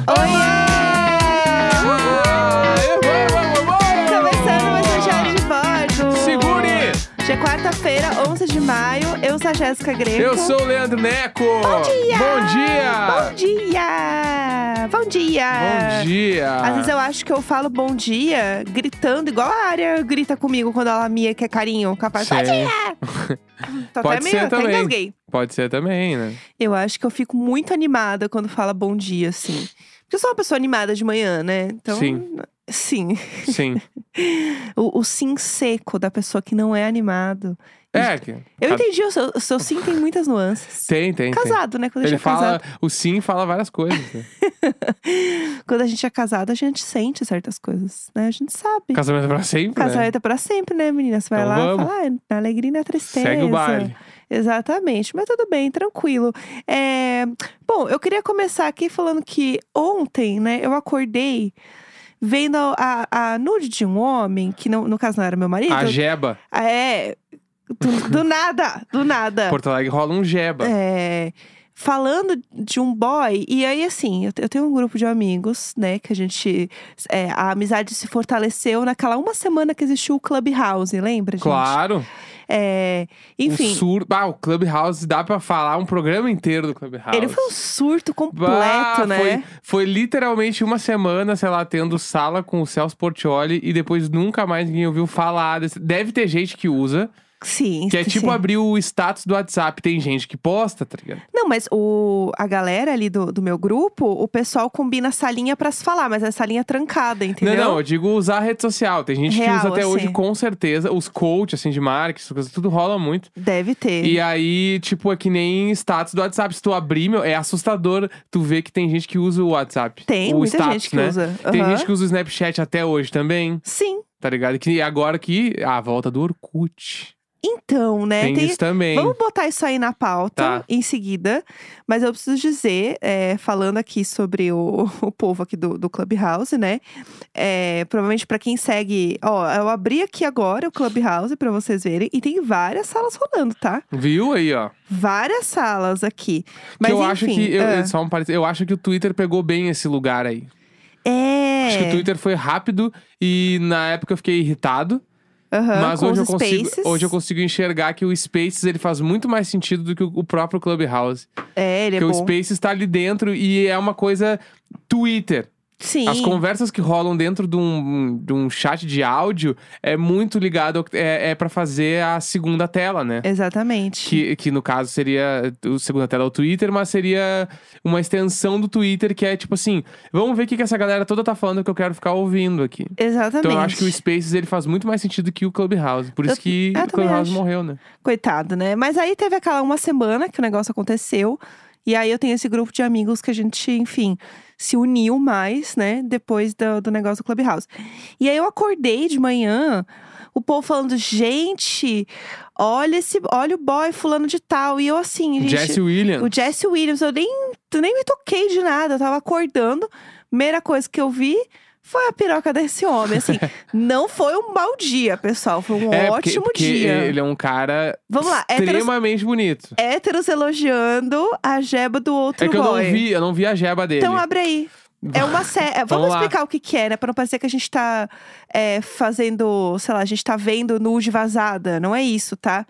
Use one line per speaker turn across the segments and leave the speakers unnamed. um Hoje é quarta-feira, 11 de maio. Eu sou a Jéssica Greco.
Eu sou o Leandro Neco.
Então- Bom dia!
Bom dia!
Bom dia! Bom dia!
Bom dia!
Às vezes eu acho que eu falo bom dia gritando, igual a área grita comigo quando ela mia que é carinho, capaz. Bom
Sim.
dia! Tô
Pode
até
ser
meio, até
também.
engasguei.
Pode ser também, né?
Eu acho que eu fico muito animada quando fala bom dia, assim. Porque eu sou uma pessoa animada de manhã, né? Então.
Sim.
Sim.
Sim.
O, o sim seco da pessoa que não é animado.
É, que-
Eu
Ah.
entendi, o seu, o seu sim tem muitas nuances.
tem, tem. tem.
Casado, né? Quando a gente
Ele
é casado.
fala, o sim fala várias coisas. né?
Quando a gente é casado, a gente sente certas coisas, né? A gente sabe.
Casamento pra sempre, né?
Casamento é pra sempre, né, menina? Você vai
Então
lá e
vamos.
fala, "Ah, na alegria e na tristeza.
Segue o baile.
Exatamente, mas tudo bem, tranquilo. É, Bom, eu queria começar aqui falando que ontem, né, eu acordei vendo a, a- a nude de um homem, que não- no caso não era meu marido.
A jeba.
É. Do, do nada, do nada.
Porto Alegre rola um jeba.
Ah. É, falando de um boy, e aí assim, eu, te- eu tenho um grupo de amigos, né, que a gente. é, a amizade se fortaleceu naquela uma semana que existiu o Clubhouse, lembra, gente?
Claro.
É, enfim,
Um sur... Ah, o Clubhouse, dá pra falar um programa inteiro do Clubhouse.
ele foi um surto completo,
Bah,
né?
Ah, Foi, foi literalmente uma semana, sei lá, tendo sala com o Celso Portioli e depois nunca mais ninguém ouviu falar. Desse... Deve ter gente que usa,
Sim,
que é
sim,
tipo
sim.
abrir o status do WhatsApp. Tem gente que posta, tá ligado?
Não, mas o, a galera ali do, do meu grupo, o pessoal combina a salinha pra se falar, mas é salinha trancada, entendeu?
Não, não, eu digo usar a rede social. Tem gente
Real,
que usa até
assim.
hoje, com certeza. Os coach, assim, de marketing, essas coisas, tudo rola muito.
Deve ter.
E aí, tipo, é que nem status do WhatsApp. Se tu abrir, meu, é assustador tu ver que tem gente que usa o WhatsApp.
Tem
o
muita
status,
gente que
né?
usa.
Tem
Aham.
gente que usa o Snapchat até hoje também.
Sim.
Tá ligado? Que agora que. A volta do Orkut.
Então, né?
tem,
tem-
isso também.
Vamos botar isso aí na pauta
Tá.
em seguida. Mas eu preciso dizer, é, falando aqui sobre o, o povo aqui do, do Clubhouse, né? É, provavelmente pra quem segue. Ó, eu abri aqui agora o Clubhouse pra vocês verem. E tem várias salas rolando, tá?
Viu aí, ó?
Várias salas aqui. Mas
que eu
enfim,
acho que. Eu,
ah,
eu- só um parênteses, eu acho que o Twitter pegou bem esse lugar aí.
É.
Acho que o Twitter foi rápido e na época eu fiquei irritado.
Aham,
Mas
com
hoje eu,
os
consigo,
spaces.
hoje eu consigo enxergar que o Spaces ele faz muito mais sentido do que o o próprio Clubhouse.
É, ele é
porque o
bom.
Spaces tá ali dentro e é uma coisa Twitter.
Sim.
As conversas que rolam dentro de um, de um chat de áudio é muito ligado. ao- É, é para fazer a segunda tela, né?
Exatamente.
Que, que no caso seria o segunda tela é o Twitter, mas seria uma extensão do Twitter que é tipo assim: vamos ver o que, que essa galera toda tá falando que eu quero ficar ouvindo aqui.
Exatamente.
Então eu acho que o Spaces ele faz muito mais sentido que o Clubhouse. Por isso
Eu-
que
eu
o
também
Clubhouse
acho.
morreu, né?
Coitado, né? Mas aí teve aquela uma semana que o negócio aconteceu. E aí eu tenho esse grupo de amigos que a gente, enfim, se uniu mais, né? Depois do, do negócio do Clubhouse. E aí eu acordei de manhã, o povo falando, gente, olha esse. Olha o boy fulano de tal. E eu assim, gente.
Jesse Williams.
O Jesse Williams, eu nem, nem me toquei de nada, eu tava acordando. Primeira coisa que eu vi foi a piroca desse homem. Assim, não foi um mau dia, pessoal. Foi um
é,
ótimo
porque, porque
dia.
Ele é um cara
Vamos lá, héteros-
extremamente bonito.
Héteros elogiando a jeba do outro
É que eu não
boy.
vi, eu não vi a jeba dele.
Então abre aí. É uma série. Vamos,
Vamos lá.
explicar o que, que é, né? Pra não parecer que a gente tá é, fazendo, sei lá, a gente tá vendo nude vazada. Não é isso, tá?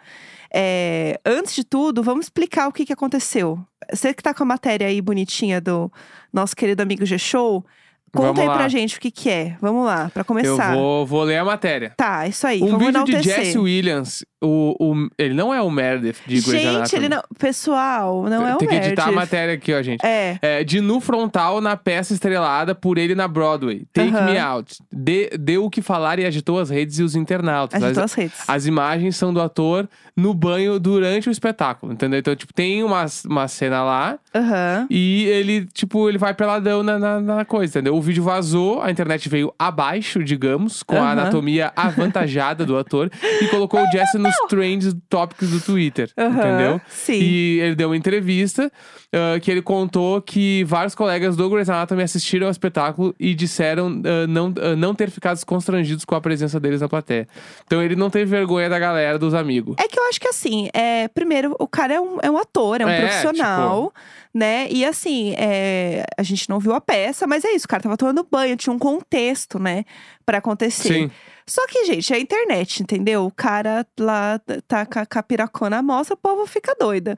É, antes de tudo, vamos explicar o que, que aconteceu. Você que tá com a matéria aí bonitinha do nosso querido amigo G-Show, conta
Vamos
aí
lá.
pra gente o que, que é. Vamos lá, pra
eu
começar.
vou, vou ler a matéria.
Tá, isso aí.
um
vamos
vídeo de
enaltecer.
Jesse Williams, o, o- ele não é o Meredith de Grey's
Gente, ele
Anatomy.
não. Pessoal, não é o
Tem que editar a
Meredith.
matéria aqui, ó, gente.
É.
É, de nu frontal na peça estrelada por ele na Broadway. Take
Aham.
Me Out. De- deu o que falar e agitou as redes e os internautas.
Agitou
As-
as redes.
As imagens são do ator no banho durante o espetáculo, entendeu? Então, tipo, tem uma, uma cena lá
Aham.
e ele, tipo, ele vai peladão na, na, na coisa, entendeu? O vídeo vazou, a internet veio abaixo, digamos, com
Aham.
a anatomia avantajada do ator e colocou o Jesse nos trends topics do Twitter,
Aham,
entendeu?
sim.
E ele deu uma entrevista ah, que ele contou que vários colegas do Grey's Anatomy assistiram ao espetáculo e disseram ah, não, ah, não ter ficado constrangidos com a presença deles na plateia. Então ele não teve vergonha da galera, dos amigos.
É que eu acho que assim, é, primeiro, o cara é um, é um ator, é um
É,
profissional, né? E assim, é, a gente não viu a peça, mas é isso, o cara tava tomando banho, tinha um contexto, né, Pra acontecer.
Sim.
Só que, gente, é a internet, entendeu? O cara lá tá com a- com a piracona à mostra, o povo fica doida.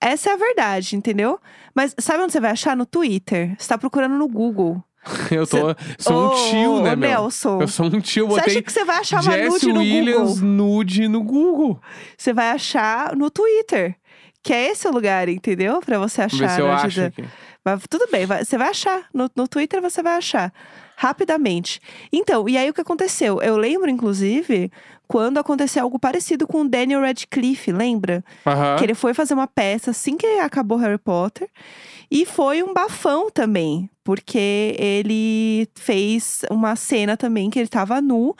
Essa é a verdade, entendeu? Mas sabe onde você vai achar? No Twitter. Você tá procurando no Google.
Eu tô, sou
Ô,
um tio, né,
ô,
meu?
Nelson.
Eu sou um tio,
Você acha
botei
que você vai achar uma
Jesse
nude no
Williams
Google?
nude no Google.
Você vai achar no Twitter. Que é esse o lugar, entendeu? Pra você achar.
Vamos ver se eu
né,
acho
Gida?
aqui.
Mas tudo bem, vai- você vai achar. No, no Twitter você vai achar. Rapidamente. Então, e aí o que aconteceu? Eu lembro, inclusive, quando aconteceu algo parecido com o Daniel Radcliffe, lembra?
Aham.
Que ele foi fazer uma peça assim que acabou Harry Potter. E foi um bafão também, porque ele fez uma cena também que ele tava nu.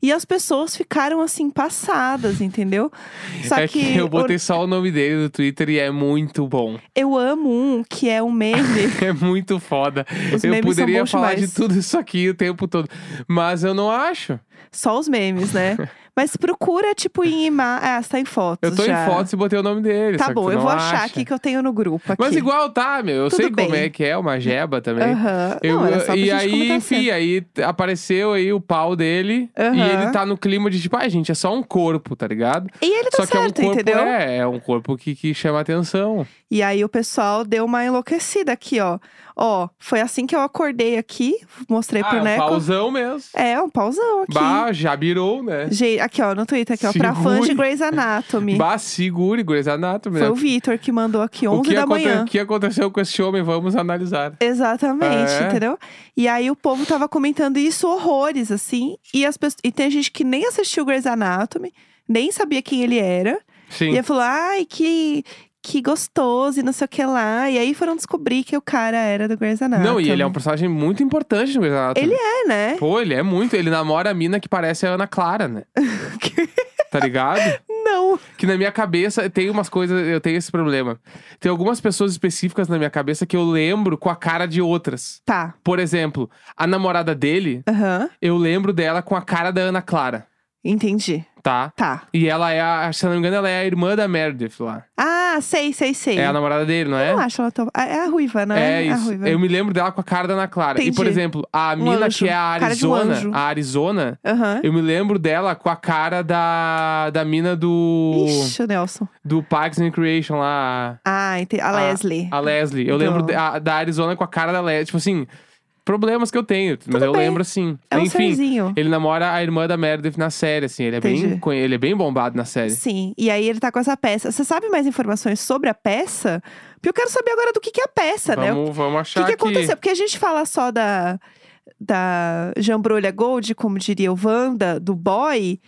E as pessoas ficaram assim, passadas, entendeu? Só
É que, eu
o-
botei só o nome dele no Twitter e é muito bom.
eu amo um que é um meme.
É muito foda.
Os
eu
memes são
poderia
bons
falar
demais.
de tudo isso aqui o tempo todo. Mas eu não acho.
Só os memes, né? Mas procura, tipo, em ima... Ah, você tá em fotos
Eu tô
já.
em fotos e botei o nome dele. só
Tá
que
bom,
tu
eu
não
vou achar
acha.
aqui que eu tenho no grupo aqui.
Mas igual tá, meu. Eu
Tudo
sei como
bem.
é que é, uma jeba também.
Aham.
Eu-
Não, era só pra
e
gente
aí,
comentar
enfim, aí t- apareceu aí o pau dele. E
Aham.
ele tá no clima de tipo, ah, gente, é só um corpo, tá ligado?
E ele tá
só que é um
certo,
corpo,
entendeu?
é, é um corpo que, que chama atenção.
E aí o pessoal deu uma enlouquecida aqui, ó. Ó, foi assim que eu acordei aqui, mostrei
ah,
pro
é um
Neco.
pauzão mesmo.
É, um pauzão aqui.
Bah, já virou, né?
Gente, aqui, ó, no Twitter, aqui, ó, pra fãs de
Segure.
Grey's Anatomy.
Bah, segure, Grey's Anatomy.
Foi
né?
o Vitor que mandou aqui, 11
o que
da
aconte-
manhã.
O que aconteceu com esse homem? Vamos analisar.
Exatamente,
É.
entendeu? E aí o povo tava comentando isso horrores, assim. E, as pessoas, e tem gente que nem assistiu Grey's Anatomy, nem sabia quem ele era.
Sim.
E aí falou, ai, que, que gostoso e não sei o que lá. E aí foram descobrir que o cara era do Grey's Anatomy.
Não, e ele é um personagem muito importante no Grey's Anatomy.
Ele é, né?
Pô, ele é muito. Ele namora a mina que parece a Ana Clara, né? tá ligado?
Não.
Que na minha cabeça tem umas coisas, eu tenho esse problema. Tem algumas pessoas específicas na minha cabeça que eu lembro com a cara de outras.
Tá.
Por exemplo, a namorada dele,
Aham.
eu lembro dela com a cara da Ana Clara,
Entendi.
tá?
Tá.
E ela é, a, se eu não me engano, ela é a irmã da Meredith lá.
Ah, sei, sei, sei.
É a namorada dele, não é?
Eu não acho ela tão. É é a ruiva, não
É
é? A
isso.
ruiva.
Eu me lembro dela com a cara da Ana Clara. E, por
Entendi.
exemplo, a
Um
mina
anjo.
que é a
Cara de um
Arizona,
anjo.
a Arizona,
Aham.
eu me lembro dela com a cara da, da mina do,
Ixi, o Nelson.
do Parks and Recreation lá.
Ah, entendi. A,
A-
Leslie.
A Leslie. Eu
Então.
lembro da, da Arizona com a cara da Leslie. Tipo assim, problemas que eu tenho. mas eu
bem.
lembro assim.
É um
Enfim,
serzinho.
ele namora a irmã da Meredith na série, assim. Ele é, bem,
Entendi.
conhe- ele é bem bombado na série.
Sim, e aí ele tá com essa peça. Você sabe mais informações sobre a peça? Porque eu quero saber agora do que, que é a peça, né? O
Vamos, vamos
que,
achar
que
que...
aconteceu? Porque a gente fala só da, da Jambrolha Gold, como diria o Wanda, do boy.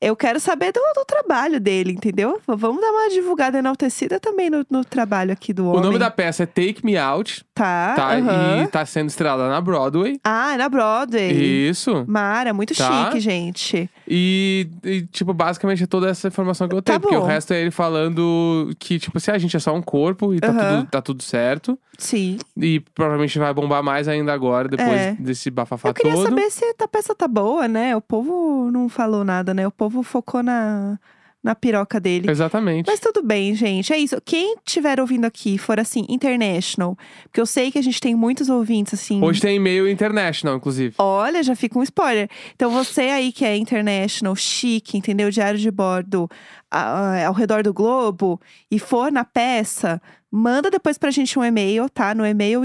Eu quero saber do, do trabalho dele, entendeu? V- Vamos dar uma divulgada enaltecida também no, no trabalho aqui do
O
homem.
nome da peça é Take Me Out,
Tá,
tá?
aham.
E tá sendo estrelada na Broadway.
Ah, é na Broadway.
Isso.
Mara, muito
Tá.
chique, gente.
E, e, tipo, basicamente é toda essa informação que eu
Tá
tenho. porque o
bom.
resto é ele falando que, tipo, se a gente é só um corpo e tá,
Aham.
tudo, tá tudo certo.
Sim.
E provavelmente vai bombar mais ainda agora, depois
É.
desse bafafá
eu queria
Tá todo.
saber se a peça tá boa, né? O povo não falou nada, né? O povo focou na, na piroca dele.
Exatamente.
Mas tudo bem, gente. É isso. Quem estiver ouvindo aqui for assim, international, porque eu sei que a gente tem muitos ouvintes assim.
Hoje tem e-mail international, inclusive.
Olha, já fica um spoiler. Então você aí que é international, chique, entendeu? Diário de bordo a- a- ao redor do globo e for na peça, manda depois pra gente um e-mail, tá? No e-mail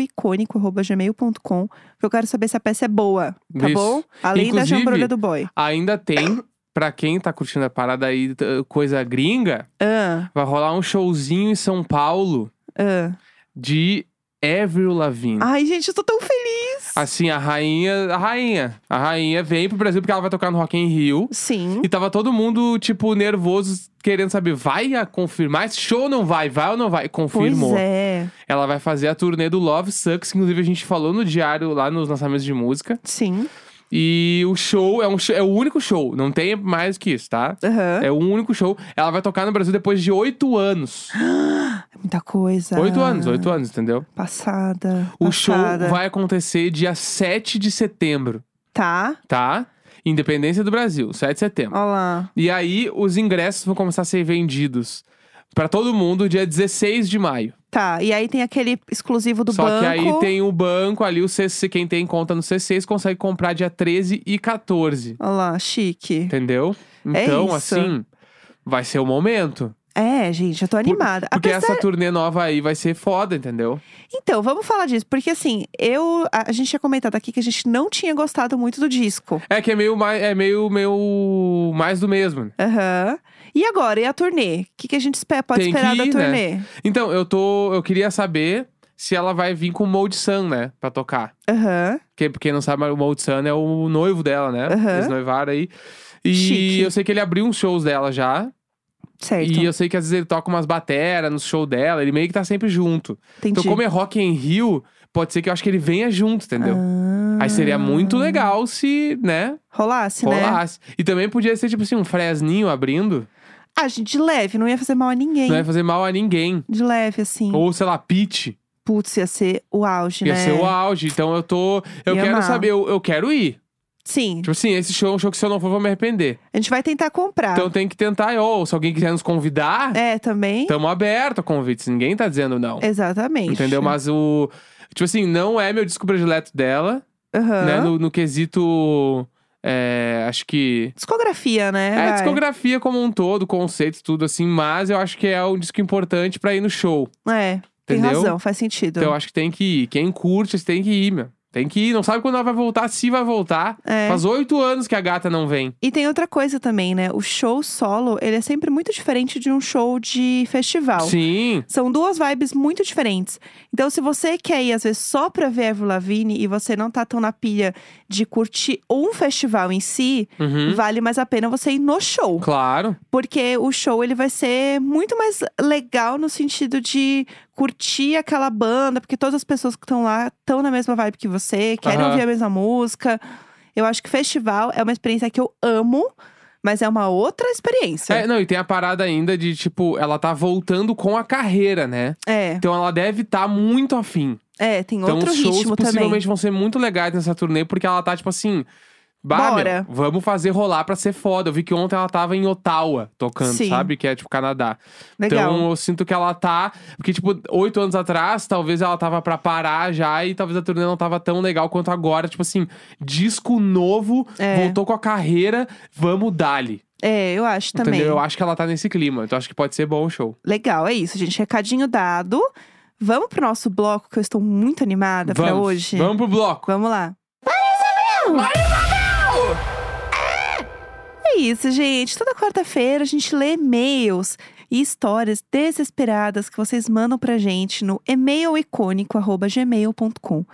icônico@gmail.com, que eu quero saber se a peça é boa, tá
Isso.
bom? Além da
Inclusive-
jambrolha do boy.
Ainda tem, pra quem tá curtindo a parada aí, t- coisa gringa,
Ah,
vai rolar um showzinho em São Paulo
ah.
de Avril Lavigne.
Ai, gente, eu tô tão feliz.
Assim, a rainha, a rainha, a rainha vem pro Brasil porque ela vai tocar no Rock in Rio.
Sim.
E tava todo mundo, tipo, nervoso, querendo saber, vai a confirmar esse show ou não vai? Vai ou não vai? Confirmou.
Pois é.
Ela vai fazer a turnê do Love Sucks, inclusive a gente falou no diário lá nos lançamentos de música.
Sim.
E o show é, um show- é o único show, não tem mais que isso, tá?
Aham.
É o único show. Ela vai tocar no Brasil depois de oito anos.
Muita coisa.
Oito anos, oito anos, entendeu?
Passada.
O
passada.
show vai acontecer dia 7 de setembro,
Tá?
tá? Independência do Brasil, 7 de setembro.
Ó lá.
E aí, os ingressos vão começar a ser vendidos Pra todo mundo, dia 16 de maio.
Tá, e aí tem aquele exclusivo do
Só
banco.
que aí tem o banco ali, o C6, quem tem conta no C6 consegue comprar dia 13 e 14.
Olha lá, chique.
Entendeu?
É
Então,
isso.
assim, vai ser o momento.
É, gente, eu tô animada.
Porque
Apesar-
essa turnê nova aí vai ser foda, entendeu?
Então, vamos falar disso. Porque assim, eu. A, a gente tinha comentado aqui que a gente não tinha gostado muito do disco.
É que é meio mais, é meio, meio mais do mesmo. né?
Aham. E agora? E a turnê? O que, que a gente espera, pode
Tem que
esperar da
ir,
turnê?
Então, eu tô. Eu queria saber se ela vai vir com o Mode Sun, né? Pra tocar.
Aham.
Porque, quem não sabe, o Mode Sun é o noivo dela, né?
Aham.
Eles noivaram aí. E
Chique. É, então.
eu sei que ele abriu uns shows dela já.
Certo.
E eu sei que às vezes ele toca umas bateras no show dela. Ele meio que tá sempre junto.
Entendi.
Então, como é Rock em Rio, pode ser que eu acho que ele venha junto, entendeu?
Ah,
Aí seria muito legal se, né,
Rolasse, né?
rolasse. E também podia ser, tipo assim, um fresninho abrindo.
Ah, gente, de leve, não ia fazer mal a ninguém.
Não ia fazer mal a ninguém.
De leve, assim.
Ou, sei lá, Pete.
Putz, ia ser o auge,
Ia
né?
ser o auge. Então eu tô. Eu
Ia
quero
amar.
saber, eu, eu quero ir.
Sim,
Tipo assim, esse show é um show que se eu não for, eu vou me arrepender.
a gente vai tentar comprar.
Então tem que tentar. Ou se alguém quiser nos convidar,
É, também.
estamos aberto a convites. Ninguém tá dizendo não.
Exatamente.
Entendeu? Mas o. Tipo assim, não é meu disco predileto dela,
Aham.
né? No, no quesito. é, acho que.
Discografia, né?
É,
vai.
discografia como um todo, conceito, tudo assim, mas eu acho que é um disco importante pra ir no show.
É, tem
Entendeu?
razão, faz sentido.
Então eu acho que tem que ir. Quem curte, tem que ir, meu. Tem que ir. Não sabe quando ela vai voltar, se vai voltar.
É.
Faz oito anos que a gata não vem.
E tem outra coisa também, né? O show solo, ele é sempre muito diferente de um show de festival.
Sim.
São duas vibes muito diferentes. Então, se você quer ir, às vezes, só pra ver a Avril Lavigne e você não tá tão na pilha de curtir um festival em si,
Uhum.
vale mais a pena você ir no show.
Claro.
Porque o show ele vai ser muito mais legal no sentido de curtir aquela banda, porque todas as pessoas que estão lá estão na mesma vibe que você, querem
Aham.
ouvir a mesma música. Eu acho que festival é uma experiência que eu amo, mas é uma outra
É,
experiência.
não, e tem a parada ainda de, tipo, ela tá voltando com a carreira, né?
É,
Então ela deve estar muito afim.
é, tem
Então
outro
os shows
ritmo também.
possivelmente vão ser muito legais nessa turnê, porque ela tá, tipo assim. Bah,
Bora."
meu, vamos fazer rolar pra ser foda. Eu vi que ontem ela tava em Ottawa tocando,
Sim.
sabe? Que é tipo Canadá.
Legal.
Então eu sinto que ela tá. Porque, tipo, oito anos atrás, talvez ela tava pra parar já e talvez a turnê não tava tão legal quanto agora. Tipo assim, disco novo,
É.
voltou com a carreira, vamos dali.
É, eu acho também.
Entendeu? Eu acho que ela tá nesse clima. Então acho que pode ser bom o show.
Legal, é isso, gente. Recadinho dado. Vamos pro nosso bloco, que eu estou muito animada pra
vamos,
hoje.
vamos pro bloco.
Vamos lá. É isso, gente. Toda quarta-feira a gente lê e-mails e histórias desesperadas que vocês mandam pra gente no e-mailicônico.gmail.com.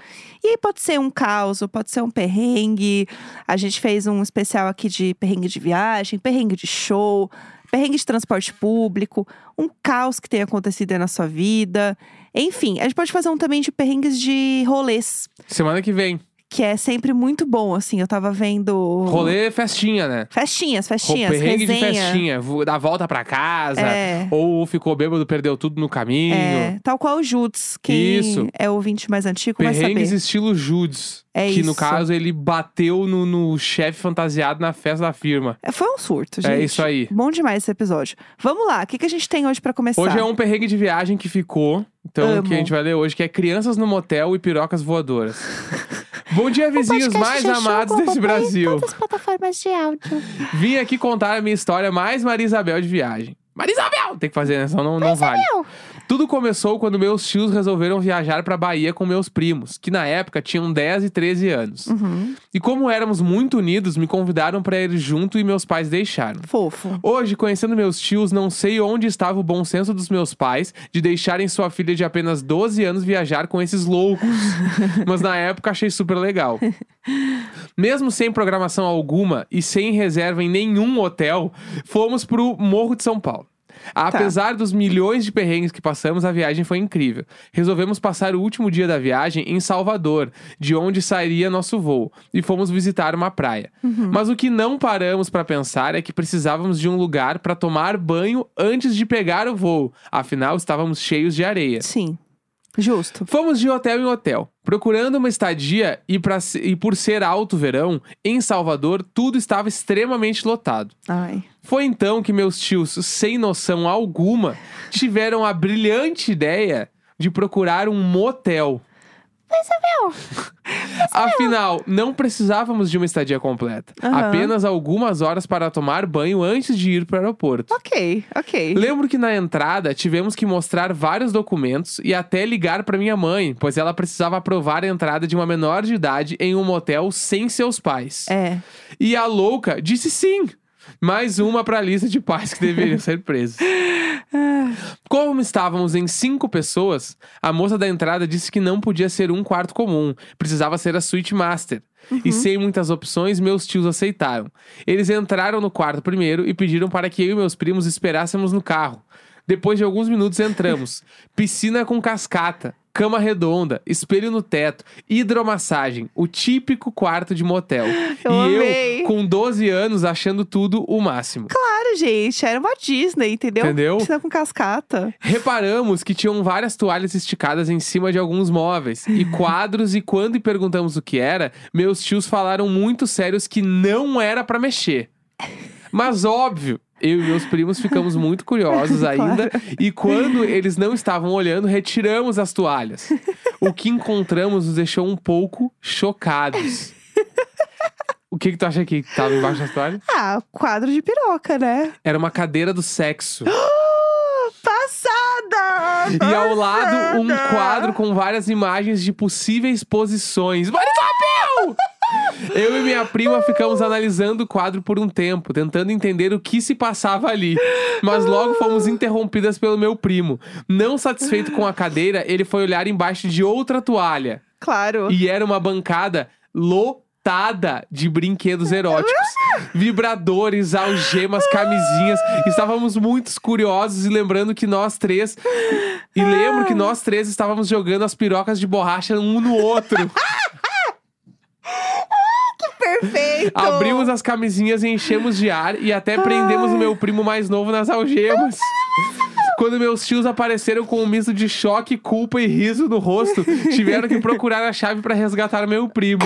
E aí pode ser um caos, pode ser um perrengue. A gente fez um especial aqui de perrengue de viagem, perrengue de show, perrengue de transporte público, um caos que tenha acontecido aí na sua vida. Enfim, a gente pode fazer um também de perrengues de rolês
Semana que vem.
que é sempre muito bom, assim. Eu tava vendo.
Rolê festinha, né?
Festinhas, festinhas,
perrengue
resenha.
de ah, festinha. vo- Dar volta pra casa.
É.
Ou ficou bêbado, perdeu tudo no caminho.
É, tal qual o Juts, quem
Isso.
é ouvinte mais antigo vai saber.
Perrengues estilo Judes.
É
que no
isso.
caso ele bateu no, no chefe fantasiado na festa da firma.
É, Foi um surto, gente.
É isso aí.
Bom demais esse episódio. Vamos lá, o que, que a gente tem hoje pra começar?
Hoje é um perrengue de viagem que ficou. Então,
Amo.
que a gente vai ler hoje, que é Crianças no Motel e Pirocas Voadoras. Bom dia, vizinhos mais amados desse Brasil.
Todas as plataformas de áudio.
Vim aqui contar a minha história mais Maria Isabel de viagem. Maria Isabel! Tem que fazer, né? Senão não, não vale. Tudo começou quando meus tios resolveram viajar pra Bahia com meus primos, que na época tinham 10 e 13 anos.
Uhum.
E como éramos muito unidos, me convidaram pra ir junto e meus pais deixaram.
Fofo.
Hoje, conhecendo meus tios, não sei onde estava o bom senso dos meus pais de deixarem sua filha de apenas 12 anos viajar com esses loucos. Mas na época achei super legal. Mesmo sem programação alguma e sem reserva em nenhum hotel, fomos pro Morro de São Paulo. Apesar dos milhões de perrengues que passamos, a viagem foi incrível. Resolvemos passar o último dia da viagem em Salvador, de onde sairia nosso voo, e fomos visitar uma praia. Mas o que não paramos para pensar é que precisávamos de um lugar para tomar banho antes de pegar o voo, afinal estávamos cheios de areia.
Sim. Justo.
Fomos de hotel em hotel, Procurando uma estadia e, pra se- e por ser alto verão, em Salvador tudo estava extremamente lotado.
Ai.
Foi então que meus tios, sem noção alguma, tiveram a brilhante ideia de procurar um motel. Afinal, não precisávamos de uma estadia completa.
Aham.
Apenas algumas horas para tomar banho antes de ir para o aeroporto.
Ok, ok.
Lembro que na entrada tivemos que mostrar vários documentos e até ligar para minha mãe, pois ela precisava aprovar a entrada de uma menor de idade em um motel sem seus pais.
É.
E a louca disse sim. Mais uma para a lista de pais que deveriam ser presos. Como estávamos em cinco pessoas, a moça da entrada disse que não podia ser um quarto comum, precisava ser a suíte master.
Uhum.
E sem muitas opções, meus tios aceitaram. Eles entraram no quarto primeiro e pediram para que eu e meus primos esperássemos no carro. Depois de alguns minutos entramos. Piscina com cascata, cama redonda, espelho no teto, hidromassagem, o típico quarto de motel.
Eu
e
amei.
eu, com 12 anos, achando tudo o máximo.
Claro, gente. Era uma Disney, entendeu?
Entendeu?
Piscina com cascata.
Reparamos que tinham várias toalhas esticadas em cima de alguns móveis e quadros, e quando perguntamos o que era, meus tios falaram muito sérios que não era pra mexer. Mas óbvio, eu e meus primos ficamos muito curiosos ainda e quando eles não estavam olhando, retiramos as toalhas. O que encontramos nos deixou um pouco chocados. O que, que tu acha que tava embaixo das toalhas?
Ah, quadro de piroca, né? Ah,
Era uma cadeira do sexo.
Passada!
E ao lado, um
Passada!
quadro com várias imagens de possíveis posições. Mas papel! Eu e minha prima ficamos analisando o quadro por um tempo, tentando entender o que se passava ali. Mas logo fomos interrompidas pelo meu primo. Não satisfeito com a cadeira, ele foi olhar embaixo de outra toalha.
Claro.
E era uma bancada lotada de brinquedos eróticos. Vibradores, algemas, camisinhas. Estávamos muito curiosos e lembrando que nós três... E lembro que nós três estávamos jogando as pirocas de borracha um no outro.
Perfeito!
Abrimos as camisinhas e enchemos de ar e até prendemos o meu primo mais novo nas algemas. Quando meus tios apareceram com um misto de choque, culpa e riso no rosto, tiveram que procurar a chave para resgatar meu primo.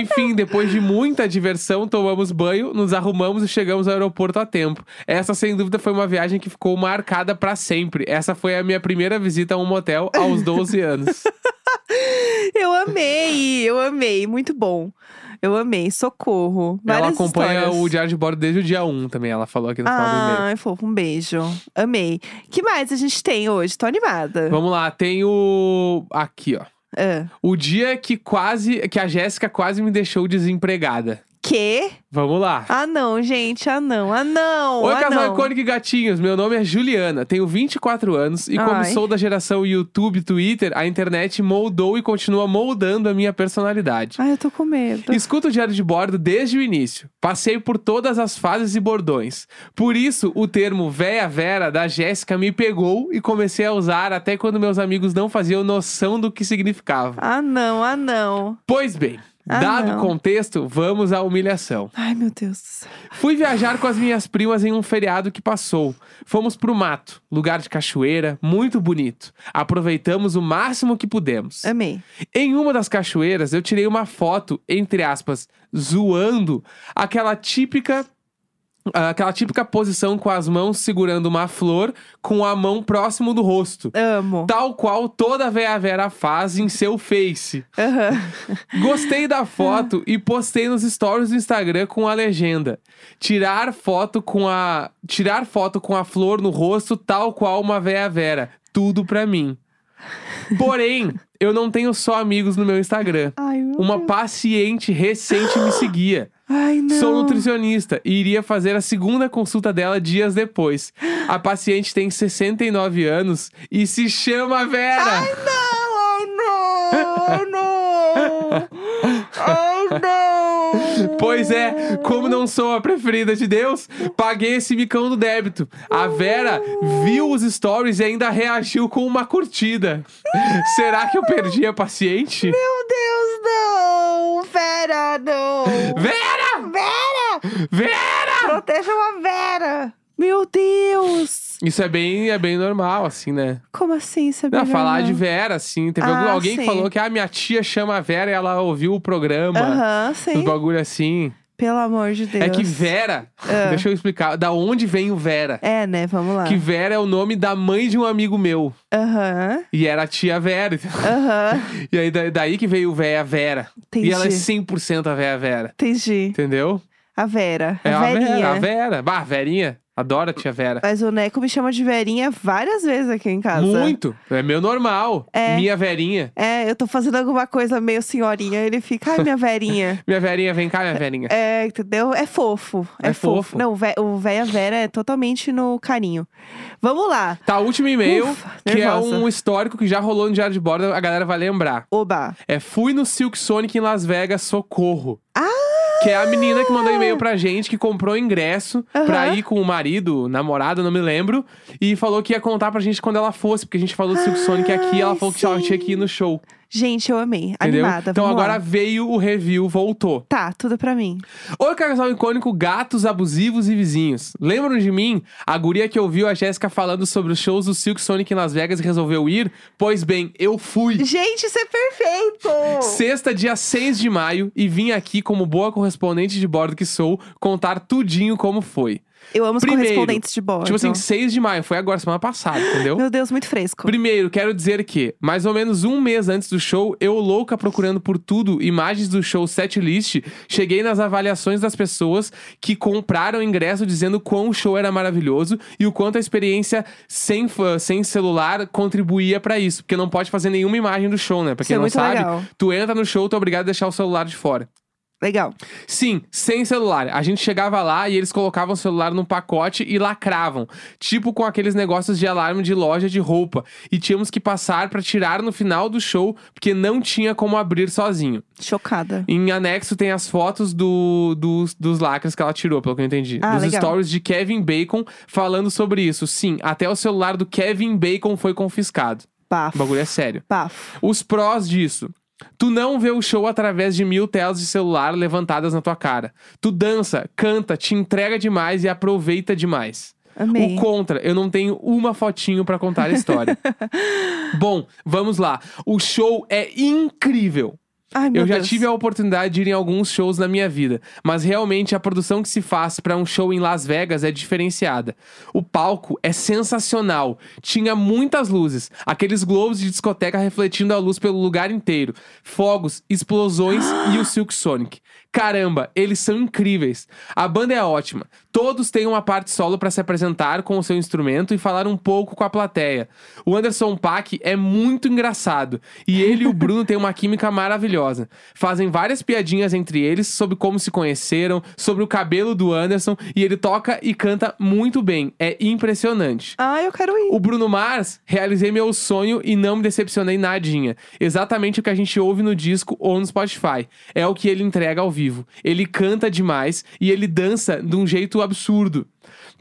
Enfim, depois de muita diversão, tomamos banho, nos arrumamos e chegamos ao aeroporto a tempo. Essa, sem dúvida, foi uma viagem que ficou marcada para sempre. Essa foi a minha primeira visita a um motel aos 12 anos.
Eu amei, eu amei. Muito bom. Eu amei, socorro. Várias
ela acompanha
histórias.
o Diário de Bordo desde o dia 1 também, ela falou aqui no final do e-mail.
Ai, fofo, um beijo. Amei. que mais a gente tem hoje? Tô animada.
Vamos lá, tem o. Aqui, ó.
Ah,
O dia que quase. que a Jéssica quase me deixou desempregada.
que?
Vamos lá.
Ah, não, gente. Ah, não. Ah, não.
Oi,
ah,
casal
não.
icônico e gatinhos. Meu nome é Juliana, tenho 24 anos e, como
Ai.
sou da geração YouTube, Twitter, a internet moldou e continua moldando a minha personalidade.
Ai, eu tô com medo.
Escuto o Diário de Bordo desde o início. Passei por todas as fases e bordões. Por isso, o termo véia vera da Jéssica me pegou e comecei a usar até quando meus amigos não faziam noção do que significava.
Ah, não. Ah, não.
Pois bem,
Ah,
dado
não.
o contexto, vamos à humilhação.
Ai, meu Deus.
Fui viajar com as minhas primas em um feriado que passou. Fomos pro mato, lugar de cachoeira, muito bonito. Aproveitamos o máximo que pudemos.
Amei.
Em uma das cachoeiras, eu tirei uma foto, entre aspas, zoando aquela típica. ah, Aquela típica posição com as mãos segurando uma flor com a mão próximo do rosto.
Amo.
Tal qual toda véia Vera faz em seu face.
Aham.
Gostei da foto e postei nos stories do Instagram com a legenda: tirar foto com a tirar foto com a flor no rosto tal qual uma véia Vera, tudo pra mim. Porém, eu não tenho só amigos no meu Instagram.
Ai, meu
Uma
Deus.
paciente recente me seguia.
Ai, não.
Sou nutricionista e iria fazer a segunda consulta dela dias depois. A paciente tem 69 anos e se chama Vera.
Não, oh não, oh não.
Pois é, como não sou a preferida de Deus, paguei esse micão do débito. A Vera viu os stories e ainda reagiu com uma curtida. Será que eu perdi a paciente?
Meu Deus, não. Vera, não.
Vera!
Vera,
Vera!
proteja uma Vera. Meu Deus.
Isso é bem, é bem normal, assim, né?
Como assim? Isso é
Não,
bem
falar de
normal?
Vera, assim. Teve algum-
Ah,
alguém que
sim.
falou que ah, minha tia chama a Vera e ela ouviu o programa.
Aham,
Os
sim.
bagulho assim.
Pelo amor de Deus.
É que Vera.
Ah.
Deixa eu explicar. Da onde vem o Vera?
É, né? Vamos lá.
Que Vera é o nome da mãe de um amigo meu.
Aham.
E era a tia Vera. entendeu?
Aham.
E aí da- daí que veio o Véia Vera.
Entendi.
E ela é 100% a Véia Vera.
Entendi.
Entendeu?
A Vera.
É
a
a
Verinha.
Vera. A Vera. Bah, Verinha. Adoro a tia Vera.
Mas o Neco me chama de Verinha várias vezes aqui em casa.
Muito. É meu normal.
É.
Minha Verinha.
É, eu tô fazendo alguma coisa meio senhorinha, ele fica, ai, minha Verinha.
Minha Verinha, vem cá, minha Verinha.
É, entendeu? É fofo. É,
É fofo.
Não, o vé- o véia Vera é totalmente no carinho. Vamos lá.
Tá, último e-mail,
Ufa,
que é
nervosa.
um histórico que já rolou no Diário de Bordo, a galera vai lembrar.
Oba.
É Fui no Silk Sonic em Las Vegas, socorro. Ah! Que é a menina que mandou e-mail pra gente, que comprou ingresso pra
Aham.
ir com o marido, namorada, não me lembro. E falou que ia contar pra gente quando ela fosse, porque a gente falou do Silk Sonic aqui, ela
Ai,
falou que ela
sim.
tinha que ir no show.
Gente, eu amei.
Entendeu?
Animada.
então
vamos
agora
lá.
veio o review, voltou.
Tá, tudo pra mim.
Oi, casal icônico, gatos abusivos e vizinhos. Lembram de mim? A guria que ouviu a Jéssica falando sobre os shows do Silk Sonic em Las Vegas e resolveu ir? Pois bem, eu fui.
Gente, isso é perfeito!
Sexta, dia 6 de maio, e vim aqui como boa correspondente de bordo que sou, contar tudinho como foi.
Eu amo os
Primeiro,
correspondentes de bordo.
Tipo assim, 6 de maio, foi agora, semana passada, entendeu?
Meu Deus, muito fresco.
Primeiro, quero dizer que, mais ou menos um mês antes do show, eu louca procurando por tudo, imagens do show setlist, cheguei nas avaliações das pessoas que compraram o ingresso dizendo quão o show era maravilhoso e o quanto a experiência sem, fa- sem celular contribuía pra isso. Porque não pode fazer nenhuma imagem do show, né? Pra
Isso é
quem não
muito
sabe,
legal.
tu entra no show, tu é obrigado a deixar o celular de fora.
Legal.
Sim, sem celular. A gente chegava lá e eles colocavam o celular num pacote e lacravam. Tipo com aqueles negócios de alarme de loja de roupa. E tínhamos que passar pra tirar no final do show, porque não tinha como abrir sozinho.
Chocada.
Em anexo tem as fotos do, dos, dos lacres que ela tirou, pelo que eu entendi.
Ah,
dos
legal.
stories de Kevin Bacon falando sobre isso. Sim, até o celular do Kevin Bacon foi confiscado. O
Bafo.
bagulho é sério.
Bafo.
Os prós disso. Tu não vê o show através de mil telas de celular levantadas na tua cara. Tu dança, canta, te entrega demais e aproveita demais.
Amei.
O contra, eu não tenho uma fotinho pra contar a história. Bom, vamos lá. O show é incrível.
Ai, meu
Eu já
Deus.
tive a oportunidade de ir em alguns shows na minha vida, mas realmente a produção que se faz pra um show em Las Vegas é diferenciada. O palco é sensacional, tinha muitas luzes, aqueles globos de discoteca refletindo a luz pelo lugar inteiro, fogos, explosões e o Silk Sonic. Caramba, eles são incríveis. A banda é ótima. Todos têm uma parte solo pra se apresentar com o seu instrumento e falar um pouco com a plateia. O Anderson Paak é muito engraçado e ele e o Bruno têm uma química maravilhosa. Fazem várias piadinhas entre eles sobre como se conheceram, sobre o cabelo do Anderson e ele toca e canta muito bem. É impressionante.
Ai, Ah, eu quero ir.
O Bruno Mars, realizei meu sonho e não me decepcionei nadinha. Exatamente o que a gente ouve no disco ou no Spotify. É o que ele entrega ao vivo. Ele canta demais e ele dança de um jeito absurdo.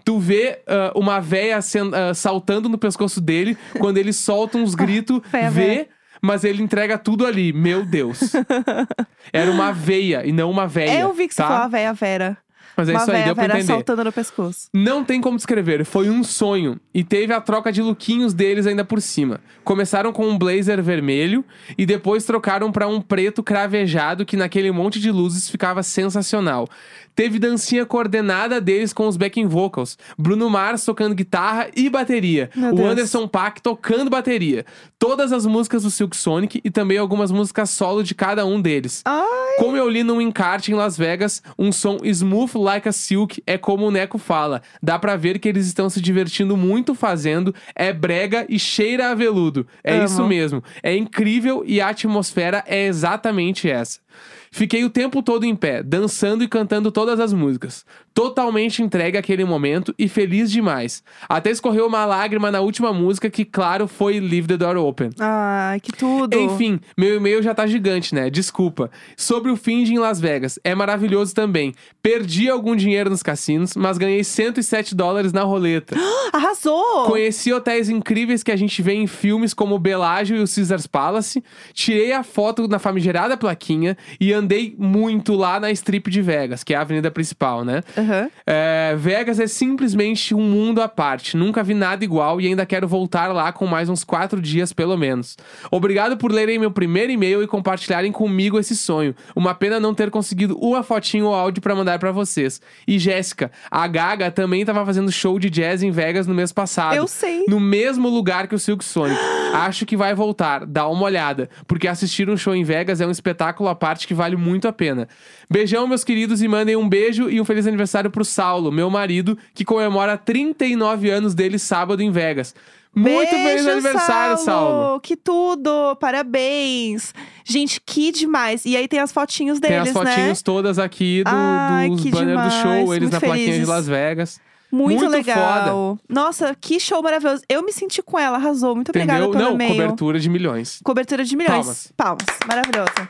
Tu vê ah, uma véia sen- ah, saltando no pescoço dele quando ele solta uns gritos,
Véia,
vê,
véia.
mas ele entrega tudo ali. Meu Deus. Era uma veia e não uma véia.
É, eu vi que você
tá?
falou a véia Vera.
Mas é
Uma
isso aí,
véia
deu pra
Vera
entender.
saltando no pescoço.
Não tem como descrever, foi um sonho. E teve a troca de lookinhos deles ainda por cima. Começaram com um blazer vermelho e depois trocaram pra um preto cravejado que naquele monte de luzes ficava sensacional. Teve dancinha coordenada deles com os backing vocals. Bruno Mars tocando guitarra e bateria.
Meu
o
Deus.
Anderson Paak tocando bateria. Todas as músicas do Silk Sonic e também algumas músicas solo de cada um deles.
Ai,
Como eu li num encarte em Las Vegas, um som smooth like a silk é como o Neco fala. Dá pra ver que eles estão se divertindo muito fazendo, é brega e cheira a veludo. É
Amo.
isso mesmo. É incrível e a atmosfera é exatamente essa. Fiquei o tempo todo em pé, dançando e cantando todas as músicas. Totalmente entregue àquele momento e feliz demais. Até escorreu uma lágrima na última música, que, claro, foi Leave the Door Open.
ai, que tudo.
Enfim, meu e-mail já tá gigante, né? Desculpa. Sobre o Find em Las Vegas. É maravilhoso também. Perdi algum dinheiro nos cassinos, mas ganhei 107 dólares na roleta.
Arrasou!
Conheci hotéis incríveis que a gente vê em filmes como o Bellagio e o Caesars Palace. Tirei a foto na famigerada plaquinha. E andei muito lá na Strip de Vegas, que é a avenida principal, né?
Aham.
É, Vegas é simplesmente um mundo à parte. Nunca vi nada igual e ainda quero voltar lá com mais uns quatro dias, pelo menos. Obrigado por lerem meu primeiro e-mail e compartilharem comigo esse sonho. Uma pena não ter conseguido uma fotinho ou áudio pra mandar pra vocês. E Jéssica, a Gaga também tava fazendo show de jazz em Vegas no mês passado.
Eu sei.
No mesmo lugar que o Silk Sonic. Acho que vai voltar, dá uma olhada. Porque assistir um show em Vegas é um espetáculo à parte que vale muito a pena. Beijão, meus queridos, e mandem um beijo e um feliz aniversário pro Saulo, meu marido, que comemora 39 anos dele sábado em Vegas. Muito
Beijo,
feliz aniversário, Saulo.
Que tudo! Parabéns! Gente, que demais! E aí tem as fotinhos
Tem
deles,
as fotinhas
né?
todas aqui do,
Ai,
dos
que
banners do show,
demais,
eles
muito
na plaquinha de
felizes.
Las Vegas.
Muito,
muito
legal. Nossa, que show maravilhoso. Eu me senti com ela, arrasou. Muito obrigada
entendeu?
pelo
Não,
e-mail.
cobertura de milhões.
Cobertura de milhões.
Palmas.
Maravilhosa.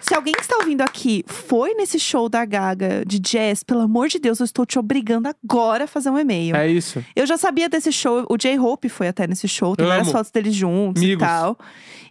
Se alguém que está ouvindo aqui foi nesse show da Gaga de jazz, pelo amor de Deus, eu estou te obrigando agora a fazer um e-mail.
É isso.
Eu já sabia desse show, o J-Hope foi até nesse show, tem várias
Amo.
fotos deles juntos
Migos.
e tal.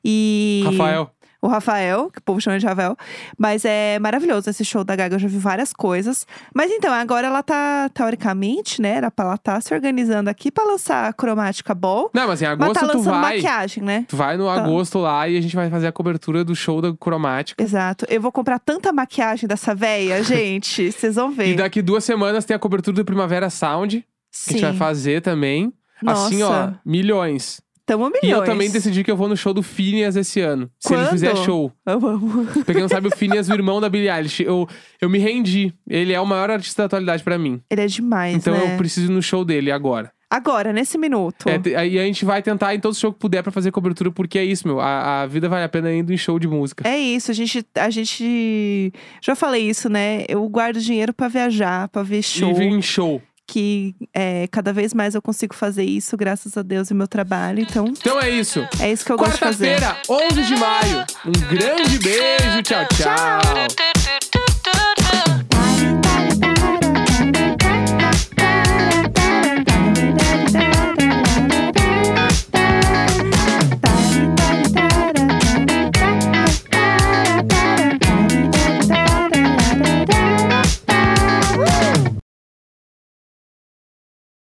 E.
Rafael,
O Rafael, que o povo chama de Rafael. Mas é maravilhoso esse show da Gaga, eu já vi várias coisas. Mas então, agora ela tá, teoricamente, né? Era pra ela tá se organizando aqui pra lançar a cromática Ball.
Não, mas em
Mas
agosto
tá
tu
lançando
vai.
maquiagem, né?
Tu vai no agosto lá e a gente vai fazer a cobertura do show da cromática.
Exato. Eu vou comprar tanta maquiagem dessa véia, gente. Vocês vão ver.
E daqui duas semanas tem a cobertura do Primavera Sound, que
Sim.
a gente vai fazer também.
Nossa,
Assim, ó, milhões.
Tamo milhões.
E eu também decidi que eu vou no show do Phineas esse ano. Se ele
Quando?
fizer show.
Eu amo.
Pra quem não sabe, o Phineas, o irmão da Billie Eilish. Eu, eu me rendi. Ele é o maior artista da atualidade pra mim.
Ele é demais,
Então
né?
eu preciso ir no show dele agora.
Agora, nesse minuto.
É, te- aí a gente vai tentar em todo show que puder pra fazer cobertura, porque é isso, meu. A, a vida vale a pena indo em show de música.
É isso, a gente, a gente. Já falei isso, né? Eu guardo dinheiro pra viajar, pra ver show.
E vir em show.
Que é, cada vez mais eu consigo fazer isso, graças a Deus e meu trabalho. Então,
Então é isso.
é isso que eu gosto de fazer.
Quarta-feira, 11 de maio. Um grande beijo. Tchau, tchau.
Tchau.
Tá,